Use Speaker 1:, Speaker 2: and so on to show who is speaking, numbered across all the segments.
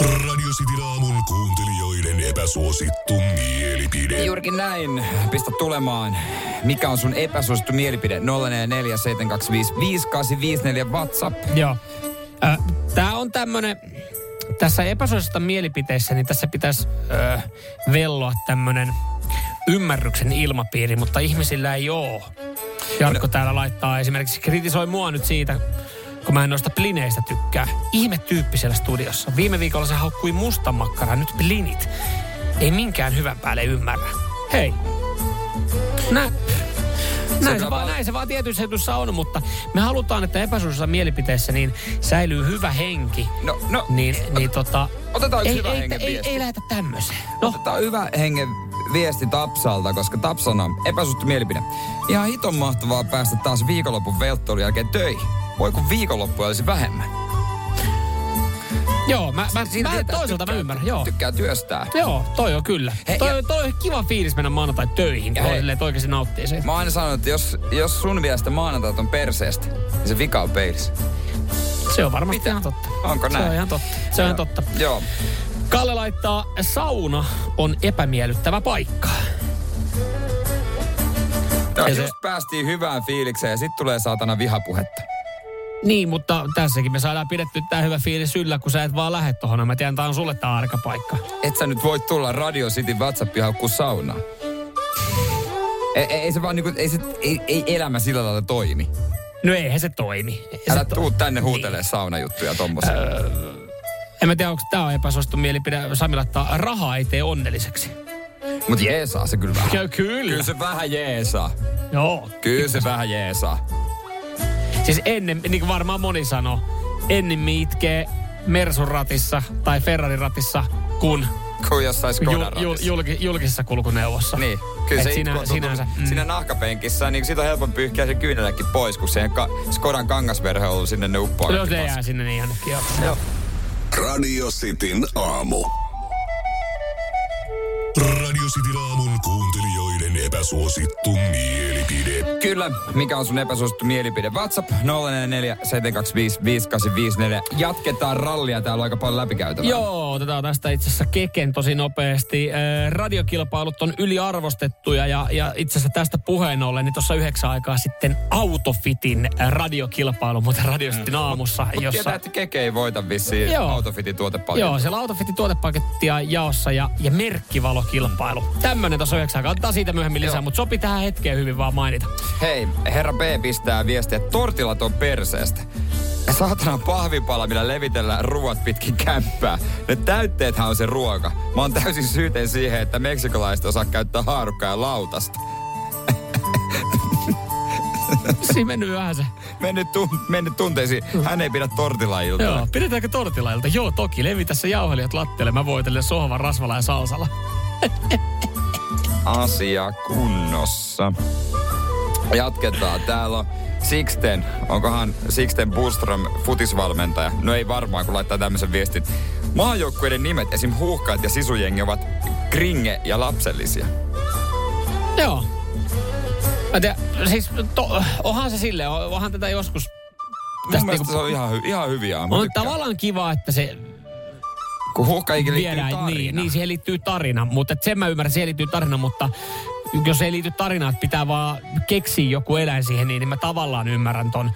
Speaker 1: Radio Cityn aamun kuuntelijoiden epäsuosittu mielipide.
Speaker 2: Juurikin näin. Pistä tulemaan. Mikä on sun epäsuosittu mielipide? 0447255854 WhatsApp.
Speaker 3: Joo. Äh, Tämä on tämmönen, tässä epäsuosista mielipiteissä, niin tässä pitäisi äh, velloa tämmönen ymmärryksen ilmapiiri, mutta ihmisillä ei oo. Jarkko no. täällä laittaa esimerkiksi, kritisoi mua nyt siitä, kun mä en noista plineistä tykkää. Ihme tyyppi siellä studiossa. Viime viikolla se haukkui mustan makkara, nyt plinit. Ei minkään hyvän päälle ymmärrä. Hei. Nä, näin se,
Speaker 2: kyllä
Speaker 3: vaan,
Speaker 2: vaan-
Speaker 3: näin se vaan tietyissä jutuissa on, mutta me halutaan, että epäsuosissa mielipiteissä niin säilyy hyvä henki.
Speaker 2: No, no,
Speaker 3: Niin, niin tota...
Speaker 2: Otetaan yksi
Speaker 3: ei,
Speaker 2: hyvä
Speaker 3: ei,
Speaker 2: hengen
Speaker 3: ei,
Speaker 2: viesti.
Speaker 3: ei, lähetä tämmöiseen. No,
Speaker 2: Tämä on hyvä hengen viesti Tapsalta, koska Tapsan on epäsuhtu mielipide. Ihan hiton mahtavaa päästä taas viikonlopun velttoilun jälkeen töihin. Voi kun viikonloppuja olisi vähemmän.
Speaker 3: joo, mä, mä,
Speaker 2: Silti,
Speaker 3: mä
Speaker 2: että
Speaker 3: toisaalta mä
Speaker 2: tykkää-
Speaker 3: ymmärrän, joo.
Speaker 2: Tykkää työstää.
Speaker 3: Joo, toi on kyllä.
Speaker 2: Hei,
Speaker 3: Hei, toi,
Speaker 2: ja-
Speaker 3: on, toi on kiva fiilis mennä maanantai töihin, kun
Speaker 2: Ja
Speaker 3: on
Speaker 2: hei.
Speaker 3: silleen, että oikeasti nauttii siitä.
Speaker 2: Mä oon aina sanonut, että jos, jos sun mielestä maanantait on perseestä, niin se vika on peilissä.
Speaker 3: Se on varmasti
Speaker 2: Mitä?
Speaker 3: ihan totta.
Speaker 2: Onko
Speaker 3: Se
Speaker 2: näin?
Speaker 3: on ihan totta. Se on ihan totta.
Speaker 2: Joo.
Speaker 3: Kalle laittaa, sauna on epämiellyttävä paikka.
Speaker 2: Ja
Speaker 3: Ja se-
Speaker 2: just päästiin hyvään fiilikseen ja sit tulee saatana vihapuhetta.
Speaker 3: Niin, mutta tässäkin me saadaan pidetty tämä hyvä fiilis yllä, kun sä et vaan lähde tohon. Mä tiedän, tää on sulle tää arka paikka.
Speaker 2: Et sä nyt voi tulla Radio City WhatsAppiin haukkuu saunaa. Ei, ei, ei se vaan niinku, ei, se, ei, ei elämä sillä lailla toimi.
Speaker 3: No eihän se toimi. Ei se
Speaker 2: Älä
Speaker 3: to- Niin.
Speaker 2: tuu tänne huutelee saunajuttuja tommosia.
Speaker 3: En mä tiedä, onko tämä on epäsuosittu mielipide. Sami laittaa, raha ei tee onnelliseksi.
Speaker 2: Mut jeesaa se kyllä vähän.
Speaker 3: Ja kyllä.
Speaker 2: Kyllä se vähän jeesaa.
Speaker 3: Joo.
Speaker 2: Kyllä se vähän jeesaa.
Speaker 3: Siis ennen, niin kuin varmaan moni sanoo, ennemmin itkee Mersun ratissa tai Ferrarin ratissa kuin
Speaker 2: Kun jossain
Speaker 3: jul,
Speaker 2: Skodan
Speaker 3: jul,
Speaker 2: ratissa.
Speaker 3: julki, julkisessa kulkuneuvossa.
Speaker 2: Niin, kyllä
Speaker 3: Et
Speaker 2: se
Speaker 3: sinä,
Speaker 2: itku on tuntunut
Speaker 3: sinänsä. Mm.
Speaker 2: siinä nahkapenkissä, niin siitä on helpompi pyyhkiä se kyynelläkin pois, kun se ka- Skodan kangasverhe on ollut sinne ne uppoa.
Speaker 3: Jos ne jää sinne, niin ihan joo.
Speaker 1: Radio Cityn aamu. Radio Cityn aamun kuuntelijoiden epäsuosittu mielipide.
Speaker 2: Kyllä, mikä on sun epäsuosittu mielipide? WhatsApp 044 725 5854. Jatketaan rallia, täällä on aika paljon läpikäytävää.
Speaker 3: Joo, otetaan tästä itse asiassa keken tosi nopeasti. Ö, Radiokilpailut on yliarvostettuja ja, ja itse asiassa tästä puheen ollen, niin tuossa yhdeksän aikaa sitten Autofitin radiokilpailu, mutta radiosti aamussa,
Speaker 2: Mm. Mut
Speaker 3: jossa...
Speaker 2: Tietää, että keke ei voita vissiin
Speaker 3: Joo.
Speaker 2: Autofitin tuotepaljon.
Speaker 3: Joo, siellä Autofitin tuotepakettia jaossa ja, ja merkkivalokilpailu. Tämmönen tuossa yhdeksän aikaa. Otetaan siitä myöhemmin lisää,
Speaker 2: Joo.
Speaker 3: mutta sopi tähän hetkeen hyvin vaan mainita.
Speaker 2: Hei, herra B pistää viestiä, että tortilat on perseestä. Saatana pahvipala, millä levitellään ruoat pitkin kämppää. Ne täytteethän on se ruoka. Mä oon täysin syyteen siihen, että meksikolaiset osaa käyttää haarukkaa ja lautasta.
Speaker 3: Siinä mennyt vähän se.
Speaker 2: Mennyt, tun- mennyt tunteisiin. Hän ei pidä tortilailta.
Speaker 3: Joo. Pidetäänkö tortilailta? Joo, toki. Levi tässä jauhelijat lattialle. Mä voitelen sohvan rasvalla ja salsalla.
Speaker 2: asia kunnossa. Jatketaan. Täällä on Sixten. Onkohan Sixten Buström futisvalmentaja? No ei varmaan, kun laittaa tämmöisen viestin. Maajoukkueiden nimet, esim. huuhkaat ja sisujengi ovat kringe ja lapsellisia.
Speaker 3: Joo. Mä tiedän, siis to, onhan se silleen, on- onhan tätä joskus...
Speaker 2: Mun mielestä se on ihan, hy- ihan hyviä. Mä
Speaker 3: on
Speaker 2: tykkään.
Speaker 3: niinku- No, tavallaan kiva, että se
Speaker 2: kun huuhkaikin liittyy
Speaker 3: viedään, niin,
Speaker 2: tarina.
Speaker 3: niin, siihen liittyy tarina, mutta et sen mä ymmärrän, siihen liittyy tarina, mutta jos ei liity tarinaan, että pitää vaan keksiä joku eläin siihen, niin, niin mä tavallaan ymmärrän ton,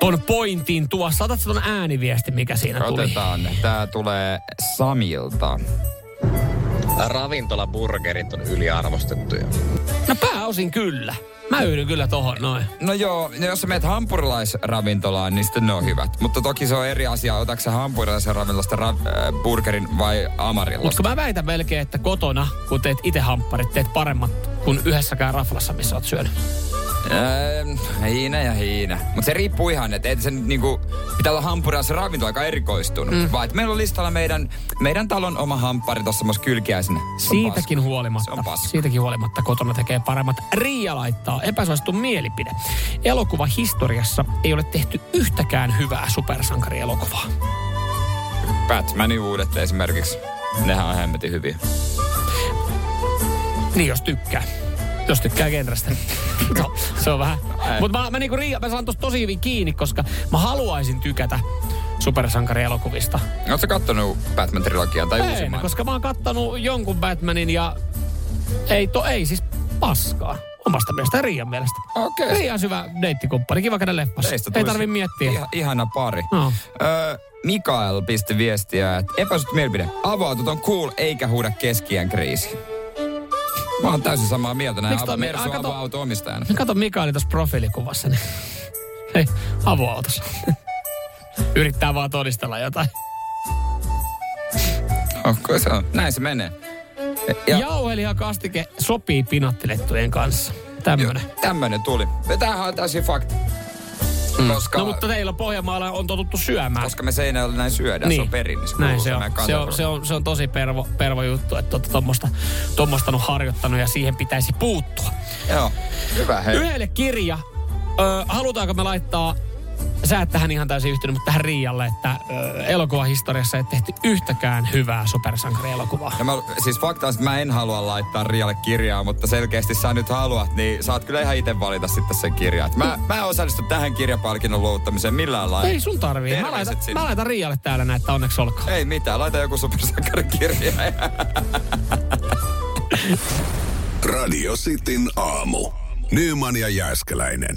Speaker 3: ton pointin tuossa. Otat sä ton ääniviesti, mikä siinä tuli.
Speaker 2: Otetaan. Tää tulee Samilta.
Speaker 4: Ravintolaburgerit on yliarvostettuja.
Speaker 3: No pääosin kyllä. Mä yhdyn kyllä tohon noin.
Speaker 2: No joo, no jos sä menet hampurilaisravintolaan, niin sitten ne on hyvät. Mutta toki se on eri asia, otatko sä hampurilaisen ravintolasta ra- äh, burgerin vai amarilla.
Speaker 3: Mutta kun mä väitän melkein, että kotona, kun teet itse hampparit, teet paremmat kuin yhdessäkään raflassa, missä oot syönyt.
Speaker 2: Öö, hiina ja hiina. Mutta se riippuu ihan, että et sen niinku, pitää olla hampurilaisen ravinto aika erikoistunut. Mm. Vaan et meillä on listalla meidän, meidän talon oma hamppari tuossa myös kylkiäisenä. Se on
Speaker 3: Siitäkin
Speaker 2: paska.
Speaker 3: huolimatta.
Speaker 2: Se on paska.
Speaker 3: Siitäkin huolimatta kotona tekee paremmat. Riia laittaa epäsuosittu mielipide. Elokuva historiassa ei ole tehty yhtäkään hyvää supersankarielokuvaa.
Speaker 2: Batmanin uudet esimerkiksi. Nehän on hemmetin hyviä.
Speaker 3: Niin jos tykkää. Jos tykkää genrestä. no, se on vähän.
Speaker 2: Ai.
Speaker 3: Mutta mä, mä, niinku, Riia- mä saan tosta tosi hyvin kiinni, koska mä haluaisin tykätä supersankarielokuvista.
Speaker 2: Oletko kattonut Batman-trilogiaa tai
Speaker 3: Ei, no
Speaker 2: uusimman?
Speaker 3: koska mä oon kattanut jonkun Batmanin ja ei, to, ei siis paskaa. Omasta mielestä Riian mielestä.
Speaker 2: Okei.
Speaker 3: Riian syvä deittikumppani. Kiva käydä leffassa.
Speaker 2: Teistä
Speaker 3: Ei
Speaker 2: tulisi
Speaker 3: tarvi miettiä.
Speaker 2: Iha, ihana pari.
Speaker 3: No.
Speaker 2: Öö, Mikael pisti viestiä, että epäsyt mielipide. Avautut on cool eikä huuda keskiään kriisi. Mä oon täysin samaa mieltä. Näin
Speaker 3: Miksi toi
Speaker 2: ava,
Speaker 3: mi-
Speaker 2: Mersu
Speaker 3: ai, kato-
Speaker 2: avaa auto omistajana.
Speaker 3: Kato Mikaeli tuossa profiilikuvassa. Niin. Hei, avoautossa. Yrittää vaan todistella jotain.
Speaker 2: Okay, se on. Näin se menee.
Speaker 3: Ja. Jauhelijakastike sopii pinattilettujen kanssa. Tämmönen.
Speaker 2: Joo, Tämmönen tuli. Ja Tämähän on täysin fakta. Koska,
Speaker 3: No mutta teillä Pohjanmaalla on totuttu syömään. Niin.
Speaker 2: koska me seinällä näin syödään, se on perinnis.
Speaker 3: Näin
Speaker 2: Kuuluu
Speaker 3: se on.
Speaker 2: meidän
Speaker 3: Se on,
Speaker 2: kansanruoka.
Speaker 3: se on, se on tosi pervo, pervo juttu, että olette tommosta, tommosta on harjoittanut ja siihen pitäisi puuttua.
Speaker 2: Joo, hyvä hei.
Speaker 3: Yhdelle kirja. Ö, halutaanko me laittaa, sä et tähän ihan täysin yhtynyt, mutta tähän Riialle, että ö, elokuvahistoriassa ei tehty yhtäkään hyvää supersankarielokuvaa.
Speaker 2: Ja mä, siis fakta on, että mä en halua laittaa Rialle kirjaa, mutta selkeästi sä nyt haluat, niin saat kyllä ihan itse valita sitten sen kirjan. Et Mä, mä en osallistu tähän kirjapalkinnon luovuttamiseen millään lailla.
Speaker 3: Ei sun tarvii. Mä
Speaker 2: Terveiset
Speaker 3: laitan,
Speaker 2: sinne.
Speaker 3: mä laitan Riialle täällä näin, että onneksi olkoon.
Speaker 2: Ei mitään, laita joku supersankarikirja.
Speaker 1: Radio Cityn aamu. Nyman ja Jääskeläinen.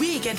Speaker 5: Weekend